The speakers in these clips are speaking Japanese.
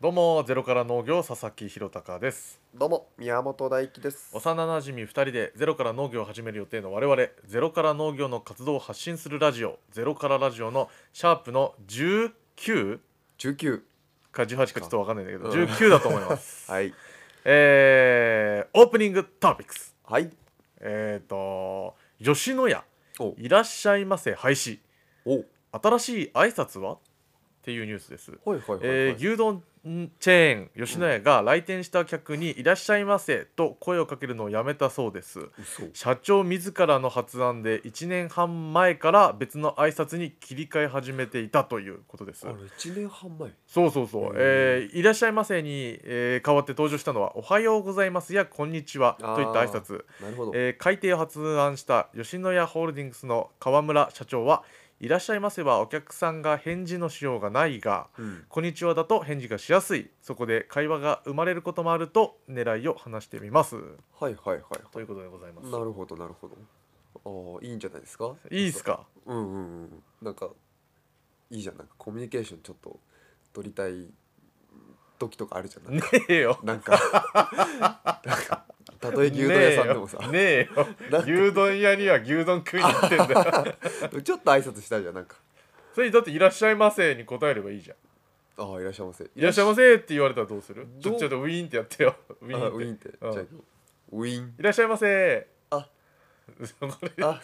どうもゼロから農業佐々木弘隆ですどうも宮本大輝です。幼なじみ2人でゼロから農業を始める予定の我々ゼロから農業の活動を発信するラジオゼロからラジオのシャープの19十九か18かちょっとわかんないんだけど、うん19だと思います はいえー、オープニングトピックスはいえっ、ー、と吉野家おいらっしゃいませ廃止おはい新しい挨拶はっていうニュースですはいはいはい。えー牛丼チェーン吉野家が来店した客に「いらっしゃいませ」と声をかけるのをやめたそうです嘘社長自らの発案で1年半前から別の挨拶に切り替え始めていたということですあれ一年半前。そうそうそう「えーいらっしゃいませに」えー代わって登場したのは「おはようございます」や「こんにちは」といった挨拶なるほど。えー改定を発案した吉野家ホールディングスの河村社長は「いらっしゃいませ」はお客さんが返事のしようがないが「うんこんにちは」だと返事がしやすいそこで会話が生まれることもあると狙いを話してみますはいはいはいはということでございますい。なるほどなるほど。ああいいんじゃないですか。いいっすかうんうんうん。なんかいいじゃんなんかコミュニケーションちょっと取りたい時とかあるじゃん。なんねかえよなんかなんかたとえ牛丼屋さんでもさ、ねえよねなんかえよ牛丼屋には牛丼食いに行ってん だよちょっと挨拶したいじゃんなんか。それだって「いらっしゃいませ」に答えればいいじゃん「ああいらっしゃいませ。いいらっしゃいませ」って言われたらどうするちどょうちょっとウィーンってやってよウィあウーィーンンっってて。じうゃんあウィーン。いらっしゃいませあこれあ、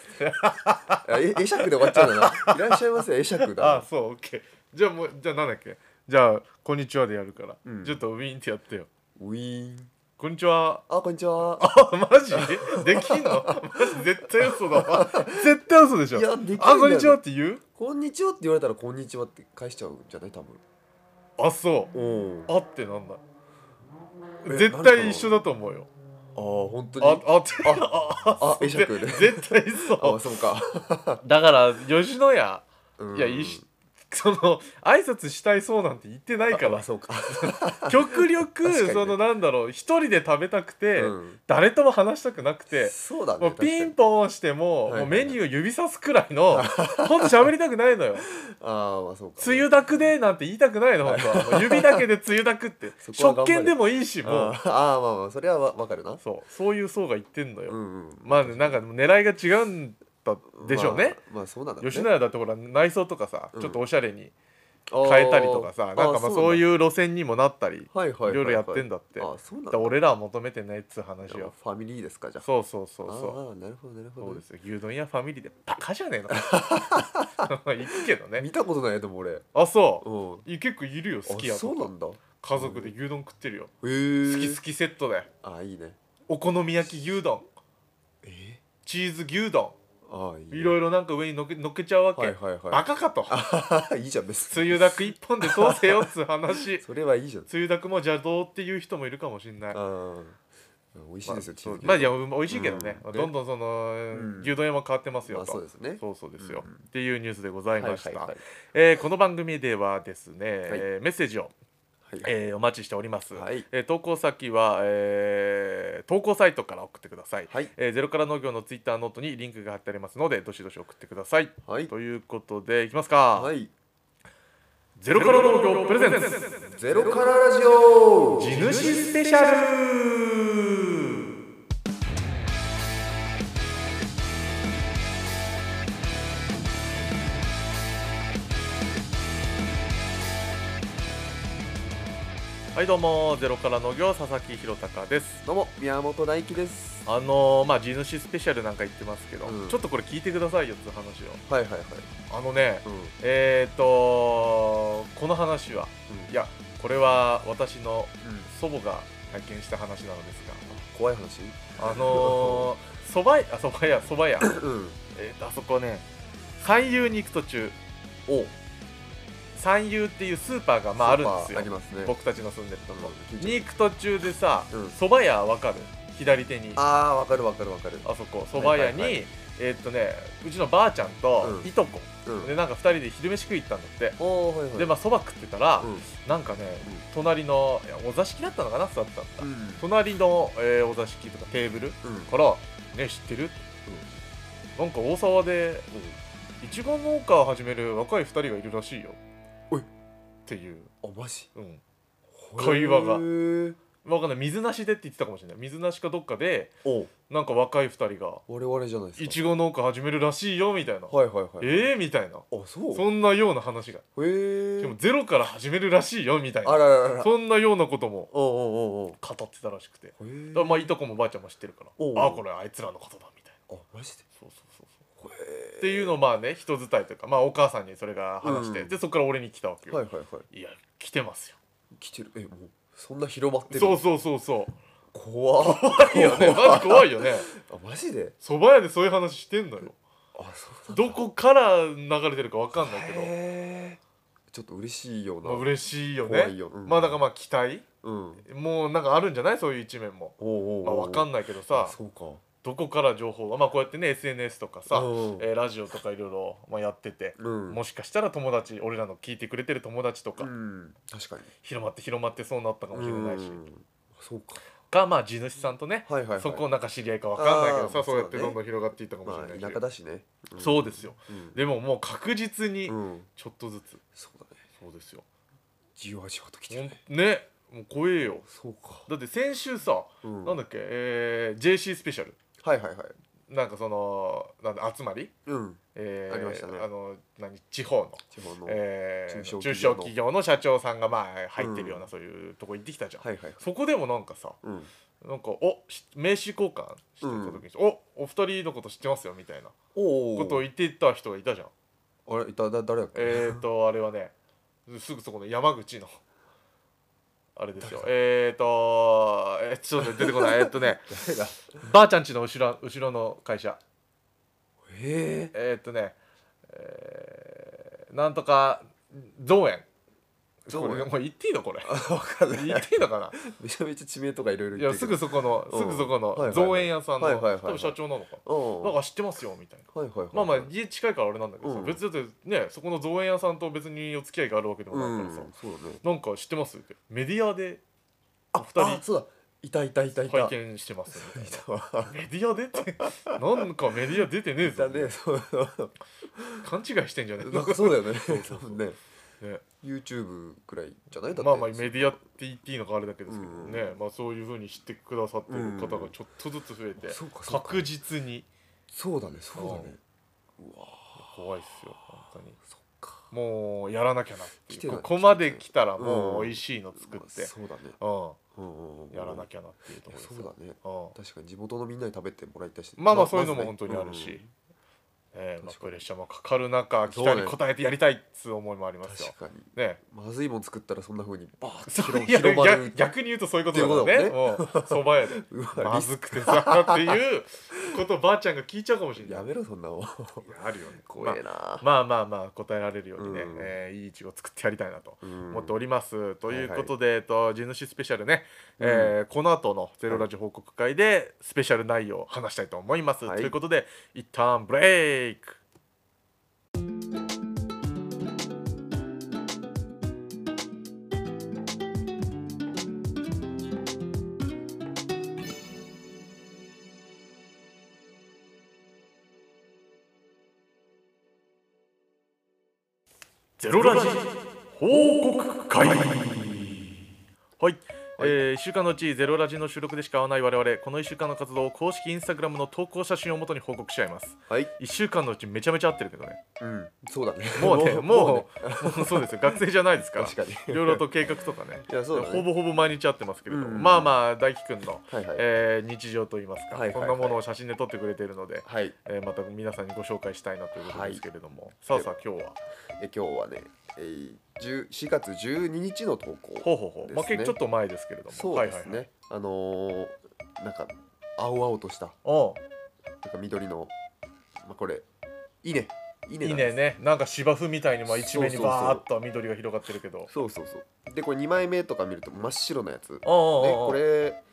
あえ会釈で終わっちゃうな。いらっしゃいませ、会釈 あだ。そうオッケーじゃあもうじゃあなんだっけじゃあ「こんにちは」でやるから、うんちょっとウィーンってやってよウィーン。 「こんにちは」あ、こんにちは。あ マジできんのマジ絶対嘘だわ絶対嘘でしょいやできないんだよあこんにちはって言うこんにちはって言われたら、こんにちはって返しちゃうんじゃない、多分。あそうおあってなんだえ絶対一緒だと思うよお。あ、本当あに。あってあ、あ、会釈で。絶対そあ、そうか。うだから吉野家うんいやいしその挨拶したいそうなんて言ってないかあらそうか。極力、確かにねそのなんだろう一人で食べたくて、うん誰とも話したくなくてそうだもね。うピン確ポンしても,、はいはいもうメニュー指さすくらい のほんと喋りたくないのよかにあー、まあ、そうか。梅雨だくでなんて言いたくないの本当はもう指だけで梅雨だくって そこは食頑張れ券でもいいしもあうー、あーまあまあ、それはわわかるな。そうそういう層が言ってんのよ、うんうん。まあねなんかでも狙いが違うんだでしょうね、まあ。まあ、そうなんだろうね。吉野家だってほら内装とかさ、うんちょっとおしゃれにあー。変えたりとかさなんかまあそういうう路線にもなったりはいはいはいい。ろいろやってんだって、あ、そうなんだだ。俺らは求めてないっつう話よファミリーですか、じゃあ。そうそうそうあそうあー、なるほど、なるほそうどで。すよ牛丼屋ファミリーでバカじゃねえの 行くけどね見たことないやでも俺うんあそう好い結構いるよ好きやそうなんだへ家族で牛丼食ってるよえ好き好きセットであいいねお好み焼き牛丼えチーズ牛丼あいいねいろいろなんか上にのっけのっけちゃうわけ、はいはいバはカかといいいじゃん別につゆだく一本で通せよっつう話それはいいじゃんつゆだくも邪道っていう人もいるかもしんないあー美味しいですよチそーうズまあいや美味しいけどね、うんどんどんその、うん牛丼屋も変わってますまよあと、そうですねそうそうですよ、うんっていうニュースでございました、はいはいえーこの番組ではですね、えーメッセージを、はいえーお待ちしております、はいえー投稿先は、えー投稿サイトから送ってください、はいえーゼロから農業のツイッターノートにリンクが貼ってありますのでどしどし送ってください、はいということでいきますか、はいゼロから農業プレゼンツゼロからラジオ地主スペシャルはいどうもゼロから農業佐々木弘隆ですどうも宮本大輝ですあのー、まあ地主スペシャルなんか言ってますけど、うんちょっとこれ聞いてくださいよっていう話はいはいはいをあのねうんえっ、ー、とこの話はうんいやこれは私のうん祖母が体験した話なのです怖い話があのー、そば屋あそば屋そば屋うんえーとあそこね三遊に行く途中お三遊っていうスーパーがまああるんですよありますね僕たちの住んでるとこ、うんに行く途中でさうんそば、屋わかる左手にああーわかるわかるわかるそこそば屋に、はいはいえーっとねうちのばあちゃんとうんいとこ、うんでなんか二人で昼飯食い行ったんだって、おーはいはいでまあそば食ってたら、うんなんかね、隣のいやお座敷だったのかな座ってたんだ、うん隣の、えーお座敷とかテーブルうんから「ね知ってる?」なんか大沢でいちご農家を始める若い2人がいるらしいよ」おいっていう、あマジうん、会話がへーわかんない水なしでって言ってたかもしれない水なしかどっかでおなんか若い2人が我々じゃないですかいちご農家始めるらしいよみたいな、はいはいはいええー、みたいなあそうそんなような話がへえでもゼロから始めるらしいよみたいあなららららそんなようなこともおうおうおう語ってたらしくてだかおうへえらまあいとこもばあちゃんも知ってるからおうおうああこれあいつらのことだみたいなあマジでそうそうそうそうへっていうのをまあね人伝いというかまあお母さんにそれが話して、うんでそこから俺に来たわけえよ、はいはいはいい、や来てますよ来てるえもうそんな広まってるそうそうそうそう怖っ怖いよねマジ 怖いよねあマジで蕎麦屋でそういう話してんのよあそうどこから流れてるかわかんないけど、へえちょっと嬉しいようなまあ、嬉しいよ怖いねようんまあだからまあ期待うんもうなんかあるんじゃないそういう一面も、おうおうまあ、わかんなないいけどさそうかどこから情報がまあこうやってね SNS とかさ、うんえーラジオとかいろいろまあやってて、うんもしかしたら友達俺らの聞いてくれてる友達とか、うん確かに広まって広まってそうなったかもしれないし、うんそうかかまあ地主さんとね、はいはいはいそこなんか知り合いかわかんないけどあさーそうやってそどうだねんどん広がっていったかもしまれあないし、田舎だしねんそうですようんでももう確実にうんちょっとずつ、そうだねそうですよじわじわと来てほるんねねもう怖えよそうかだって先週さ、うんなんだっけ、えー、JC スペシャルはいはいはいなんかそのなんだ集まり、うんえーありましたねあの何地方の、地方のはいえー中小中小企企業の社長さんがまあ入ってるような、そういうとこ行ってきたじゃん、はいはいそこでもなんかさうんなんかおし名刺交換してた時に、おお二人のこと知ってますよみたいなおことを言ってた人がいたじゃんあれいただ誰だっけえー、とあれはねすぐそこの山口のあれですよえー、とえちょっと出てこないえっとね誰だばあちゃんちの後ろ後ろの会社ええー、っとね、えー、なんとか造園造園これもう言っていいのこれえ ー、わかんない言っていいのかなめちゃめちゃ地名とかいろいろい言やってするけぐどそこのうんすぐそこはいはいはのい造園屋さんのはいはいはいはい多分社長なのかうんなんか知ってますよみたいなはいはいはいまあまあ家近いからあれなんだけどさうん別にだってねそこの造園屋さんと別にお付き合いがあるわけでもうないかんらさそうだねなんか知ってますってメディアでお二あ人そうだいたいたいたいた拝見してますみたいい たわなメディアでってなんかメディア出てねえいた ぞ、ねそうそう勘違いしてんじゃねえなんかの そうだよねそうそう多分ねね YouTube くらいじゃないだってまあまあメディアって言っていいのかあれだけですけどうんね、まあ、そういうふうに知ってくださってる方がちょっとずつ増えて、そうかそうか確実にそうだねそうだねうわ怖いっすよ本当にそっかもうやらなきゃなってい来てうないここまで来たらもううん美味しいの作って、そうだねううんうんん、やらなききゃなっていうところですそうよだねうん確かに地元のみんなに食べてもらいたいしまあまあそういずうのもね本当にあるし、えーまあ、確かプにレッシャーもかかる中期そう待ねに応えてやりたいっつう思いもありうんますよ確。かにねまずいもん作ったらそんな風にバーッそとう広いや広ま逆る逆に言うとそういうことだもんね。ってうんそば屋でうわまずくてさっていうことをばあちゃんが聞いちゃうかもしれない。やめろそんなもんいやあるよね。怖えな、まあまあまあ答えられるようにね、うんえーいいイチゴ作ってやりたいなと うん思っております。ということで、えっと地主スペシャルね、うんえーこの後のゼロラジ報告会でスペシャル内容を話したいと思います。はいということで一旦ブレイク。ゼロラジ報告会はい、えー、1週間のうちゼロラジの収録でしか会わない我々この1週間の活動を公式インスタグラムの投稿写真をもとに報告しちゃいますはい、 1週間のうちめちゃめちゃ合ってるけど ねうん、そうだね。もう ねもうもう そうですよ学生じゃないですから確かに。いろいろと計画とかねいやそうだねほぼほぼ毎日会ってますけれども、うんまあまあ大輝くんの、はいはいえー日常といいますか、はいはいはいこんなものを写真で撮ってくれているので、はい、えーまた皆さんにご紹介したいなということですけれども、さあさあ今日はえ今日はね、えー、10 4月12日の投稿。ほうほうほう、まあ、ですね結構ちょっと前ですけれどもそうですね。はいはいはいあのー、なんか青々としたおなんか緑のまあこれ稲う稲いないんですねねなんか芝生みたいにまあ一面にそうそうそうバーっと緑が広がってるけどそうそうそう。でこれ2枚目とか見ると真っ白なやつ。ねああこれ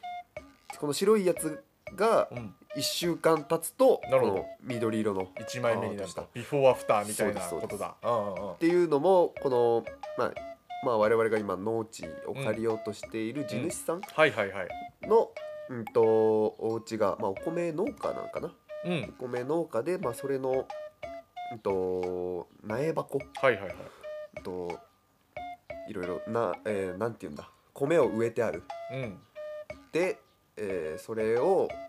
この白いやつがうん、 1週間経つとなるほどこの緑色のっ1枚目になあーどうっしたたビフォーアフターみたいなそうこでとすそうですだうんうんうんていうのもこのまあまあ我々が今農地を借りようとしている地主さんはいはいはいの、うんとお家がまあ、お米農家なんかなうんお米農家で、まあ、それの、うん、と苗箱、はいはいはいうんといろいろな、えーなんて言うんだ米を植えてあるうんで、えーそれを、うん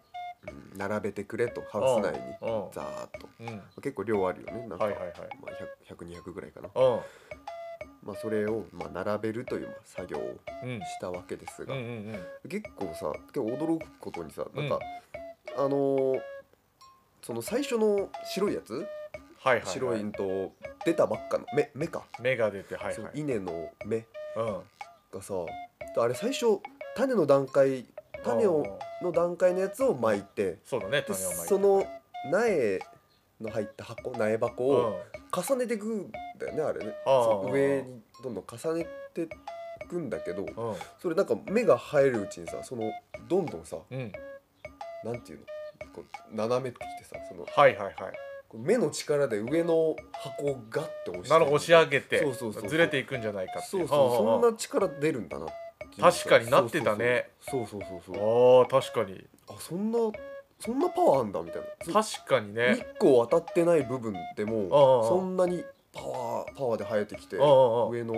並べてくれとハウス内にうんうんざーっとうん結構量あるよねなんか、はいはいはいまあ、100200ぐらいかな、うんまあ、それを、まあ、並べるというまあ作業をうんしたわけですうが、んうんうん結構さ結構驚くことにさなんか、あのーその最初の白いやつ、はいはいは白いんと出たばっかの目目か、芽が出てはいそのはい稲の芽うんがさあれ最初種の段階種あをーの段階のやつを巻いてそうだねで種をまいてその苗の入った箱苗箱うんを重ねていくんだよねあれねあーそう上にどんどん重ねていくんだけどうんそれなんか芽が生えるうちにさそのどんどんさうんなんていうのこう斜めってきてさそのはいはいはいこう目の力で上の箱をガッて押してなるほど押し上げてそうそうそうそうずれていくんじゃないかっていそううそうはあはそあんな力出るんだなっていう確さかになってたねそうそうそうそうそうそうあー確かにあそんなそんなパワーあんだみたいな確かに日ね光当たってない部分であああもあそんなにパワーパワーで生えてきてうんうんうん上の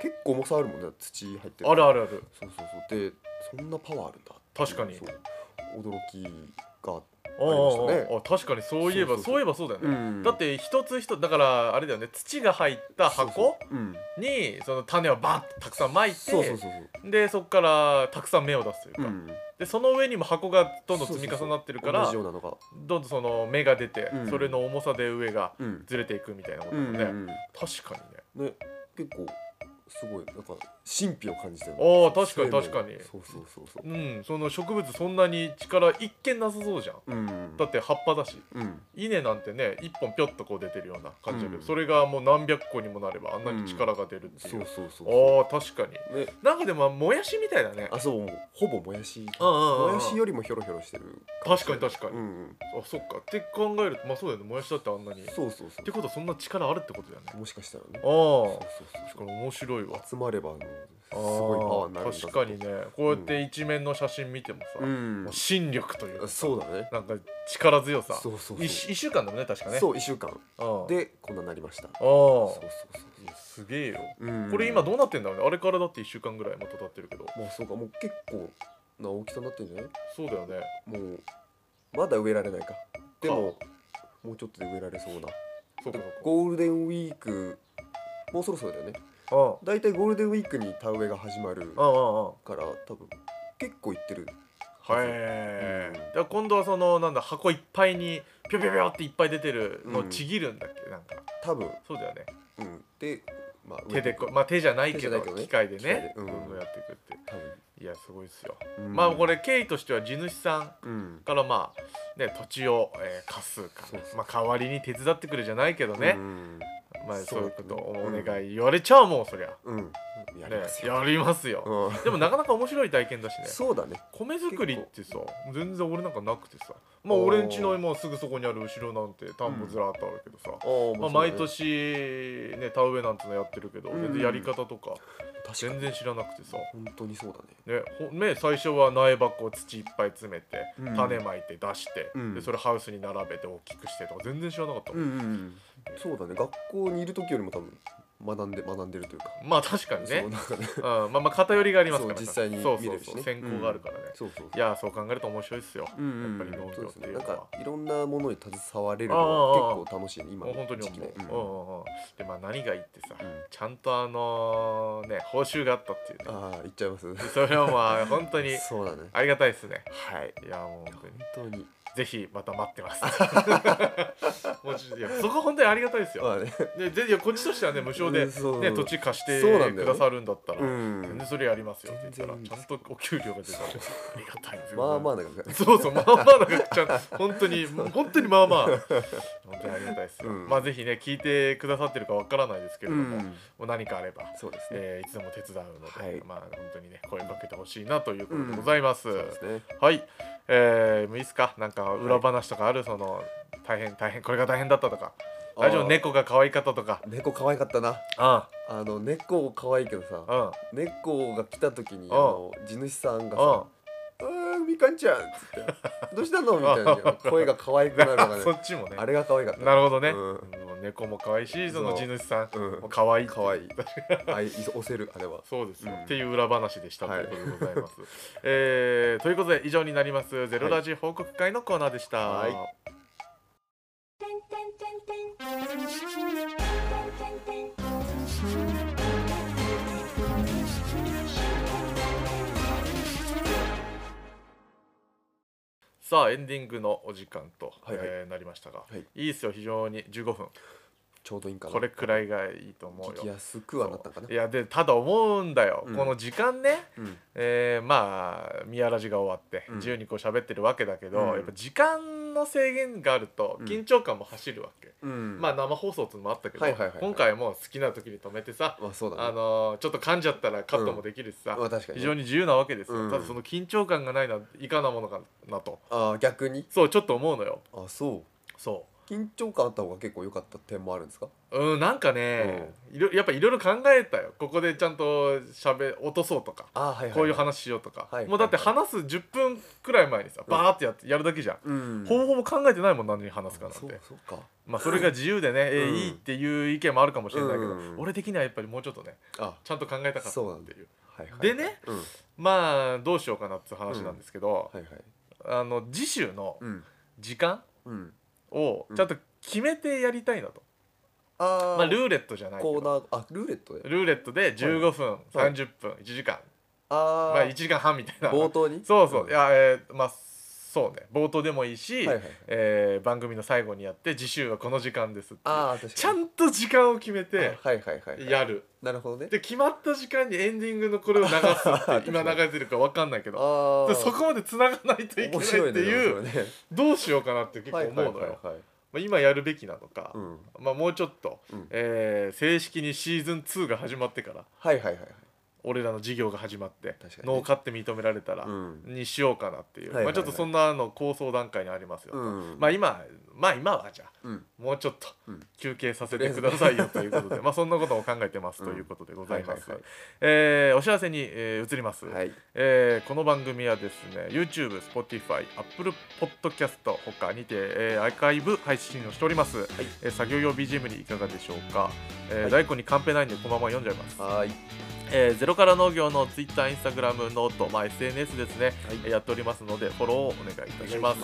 結構重さあるもんね土入ってあるあるるあるそうそうそうでそんなパワーあるんだっていう確かにそう驚きがあっあーありましたねあーあー確かにそういえばそうそそうそうういえばそうだよたねだって一つ一つだからあれだよね土が入った箱そうそううんにその種をバンってたくさんまいてそうそうそうそうでそこからたくさん芽を出すというか、うんでその上にも箱がどんどん積み重なってるからそうそうそう同じようなのがどんどんその芽が出て、うんそれの重さで上がうんずれていくみたいなことうだもんんね、うんうん確かにねね結構すごいなんか神秘を感じてるあー確かに生命確かにそうそうそうそううんその植物そんなに力一見なさそうじゃんうんだって葉っぱだしうん稲なんてね一本ぴょっとこう出てるような感じだけど、うんそれがもう何百個にもなればあんなに力が出るっていう、そうそうそうあー確かにねなんかでももやしみたいだねあそうもうほぼもやしうんうんうんうんもやしよりもヒョロヒョロしてる確かに確かに、うあんうんそっかって考えるとまあそうだよねもやしだってあんなにっそうそうそてことはそんな力あるってことだよねうもしかしたらねそうああそう確そかうに面白いわ集まればもうすあーごいパワーになるんだ確かにねこうやって一面の写真見てもさ、うんもう心力というかそうだねなんか力強さそうそうそう一週一週間だもんね確かねそう一週間うんでこんなになりましたあそうあそうそうそうすげえようんこれ今どうなってんだろうねあれからだって1週間ぐらいまた経ってるけどもうそうかもう結構な大きさになってんじゃないそうだよねもうまだ植えられないかでももうちょっとで植えられそうなそうかそうかゴールデンウィークもうそろそろだよねうんだいたいゴールデンウィークに田植えが始まるうんうんうんから多分結構いってるはい、うんだから今度はそのなんだ箱いっぱいにぴょぴょぴょっていっぱい出てるのをうんちぎるんだっけ、なんか多分そうだよねうんでまあ手でこうまあ手じゃないけ手じゃなどいけどね機械で機械ねでうんどんどんやっていくって多いやすごいっすよ、分、うんまあこれ経緯としては地主さんうんからまあね土地を、えー貸すかそうそうまあ代わりに手伝ってくれじゃないけどねう、んまあそういうことをお願そうだい言われちゃうもんそりゃ、うんやねりますよ、やりますよ、うんでもなかなか面白い体験だしねそうだね米作りってさ全然俺なんかなくてさまあおー俺んちの今すぐそこにある後ろなんて田んぼずらっとあるけどさ、あまあ、ーそうだね毎年ね田植えなんてのやってるけどうん全然やり方とか確か全に然知らなくてさ本当にそうだねねほね最初は苗箱土いっぱい詰めてうん種まいて出して、うんでそれハウスに並べて大きくしてとか全然知らなかったもん、んうんそうだね学校にいる時よりも多分学んで学んでるというかまあ確かにねそうなんかねうん、まあまあ偏りがありますからそう実際にそうそ見れうるしそうね先行があるからね、そうそういや そう考えると面白いっすよ、うんうんやっぱり農業そうでっすていねうなのんはか。いろんなものに携われるのは結構楽しいね今もう本当のに時期思うね、うんうんうんうん、でまあ何がいいってさ、うんちゃんとあのね報酬があったっていうねああ行っちゃいます本それはまあ本当 にそうだねありがたいですねはいいやもう本当に本当にぜひまた待ってます もうちょっといやそこ本当にありがたいですよまあねでぜひこっちとしてはね無償で、うんそうね、土地貸してそうなんだよねくださるんだったら、うん全然それやりますよって言ったら全然いいちでゃんとお給料が出たらありがたいんですよまあまあなんかそうそうまあまあなんかちゃん本当に本当にまあまあ本当にありがたいですよ、うんまあぜひね聞いてくださってるかわからないですけれうども、もんう何かあれば、そうですね、えーいつでも手伝うので、はいまあ本当にね声かけてほしいなということでございます、そうですねはいえー、もういいですかなんか裏話とかある、その大変大変これが大変だったとかあー大丈夫猫が可愛かったとか猫可愛かったなああの猫可愛いけどあうんさ猫が来た時にんあの地主さんがさうん「あーみかんちゃん」っつって「どうしたの?」みたいな声が可愛くなるのが そねっちもねあれが可愛かった なるほどね、うんもう猫も可愛いしその地主さんそううんも可愛い可愛いあい押せるあれはそうですよ、うんっていう裏話でしたとはいいうことでございます、 えーということで以上になりますゼロラジ報告会のコーナーでした、はいさあエンディングのお時間と、はいはいえーなりましたが、はいい、いですよ非常に15分ちょうどいいんかなこれくらいいがいいと思うよ聞きやすくはなったんかなそういやでただ思うんだよ、うんこの時間ね、うんえーまあ宮ラジが終わってうん自由にこう喋ってるわけだけど、うんやっぱ時間の制限があるとうん緊張感も走るわけ、うんまあ生放送っていうのもあったけど、はいはいはいはい今回も好きな時に止めてさ、まあそうだねあのーちょっと噛んじゃったらカットもできるしさ、まあ確かに非ね常に自由なわけですよ、うんただその緊張感がないないかなものかなとあー逆にそうちょっと思うのよあそうそ緊張感あった方が結構良かった点もあるんですかううんなんかね、いろやっぱいろいろ考えたよここでちゃんとしゃべ落とそうとかあーはいはいこういうは話しようとか、はいもうだって話す10分くらい前にさ、うんバーってやってやるだけじゃん、うんほぼほぼ考えてないもん何に話すかなんてそうそうかまあそれが自由でね、えうんいいっていう意見もあるかもしれないけど、うん俺的にはやっぱりもうちょっとねあちゃんと考えたかったっていそうなうんだはいはいでねうんはまあどうしようかなっていう話なんですけど、いはいあの次週のうん時間うんをちゃんと決めてやりたいなと、あーまあルーレットじゃないけコーどナーあルーレットでルーレットで15分、はい30分1時間、あまあー1時間半みたいな冒頭にそうそう、んいやえーまあそうね冒頭でもいいし、はいはいはいえー番組の最後にやって次週はこの時間ですってああ確かにちゃんと時間を決めてあはいはいはいはいやるなるほどねで決まった時間にエンディングのこれを流すっ 確かてに今流れてるか分かんないけあどーでそこまで繋がないといけない面って白いねいう面白いねどうしようかなって結構はい思うのよ、はいはいはいまあ、今やるべきなのか、うんまあ、もうちょっと、うんえー正式にシーズン2が始まってからはいはいはいはい俺らの事業が始まって確かにね農家って認められたら、うんにしようかなっていう、はいはいはいまあ、ちょっとそんなの構想段階にありますよ、うんまあ今まあ今はじゃあうんもうちょっとうん休憩させてくださいよということ で、まあそんなことも考えてますうんということでございますはいはいはいえーお知らせに、えー移ります、はいえーこの番組はですね YouTube、Spotify、Apple Podcast ほかにて、えーアーカイブ配信をしております、えー作業用 BGM にいかがでしょうか、えーはい大根にカンペないんでこのまま読んじゃいます、はーいえーゼロから農業の Twitter、Instagram、ノート、まあ、SNS ですね、えーやっておりますのでフォローをお願いいたします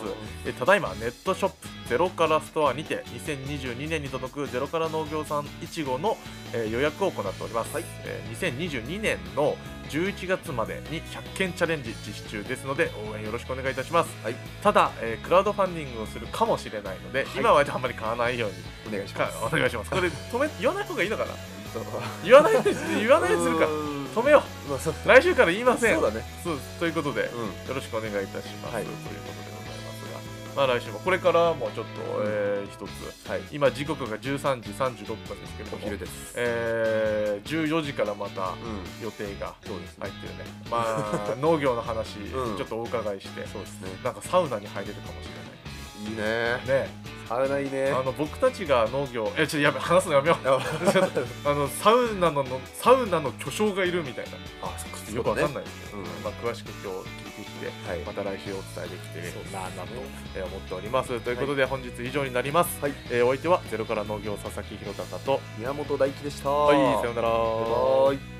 えーただいまネットショップゼロからストアにて2022年に届くゼロから農業さんいちごの、えー予約を行っております、はいえー2022年の11月までに100件チャレンジ実施中ですので応援よろしくお願いいたします、はいただ、えークラウドファンディングをするかもしれないので、はい今はあんまり買わないようにお願いしかますお願いしますこれ止め言わない方がいいのかなどうぞ言わないように言わないようにするから うん止めよまあそうう来週から言いませんそうだねそうということで、うんよろしくお願いいたします、はいということでございますが、まあ、来週もこれからもちょっと、えー一つはい今時刻が13時36分ですけれどおも、昼ですえー14時からまたうん予定がそうです入ねってるねま あ農業の話、うんちょっとお伺いしてそうですねなんかサウナに入れるかもしいいねれないねあれないねあの僕たちが農業えちょっとやべ話すのやめよ うあちょっとあのサウナののサウナの巨匠がいるみたいなあそっよくわかんないいですけど、うんまあ、詳しく今日聞いてきてはいまた来週お伝えできてそうですねなあなとえー思っておりますということで本日以上になります、はいえーお相手はゼロから農業佐々木弘隆と宮本大輝でしたはいさようならバイバイ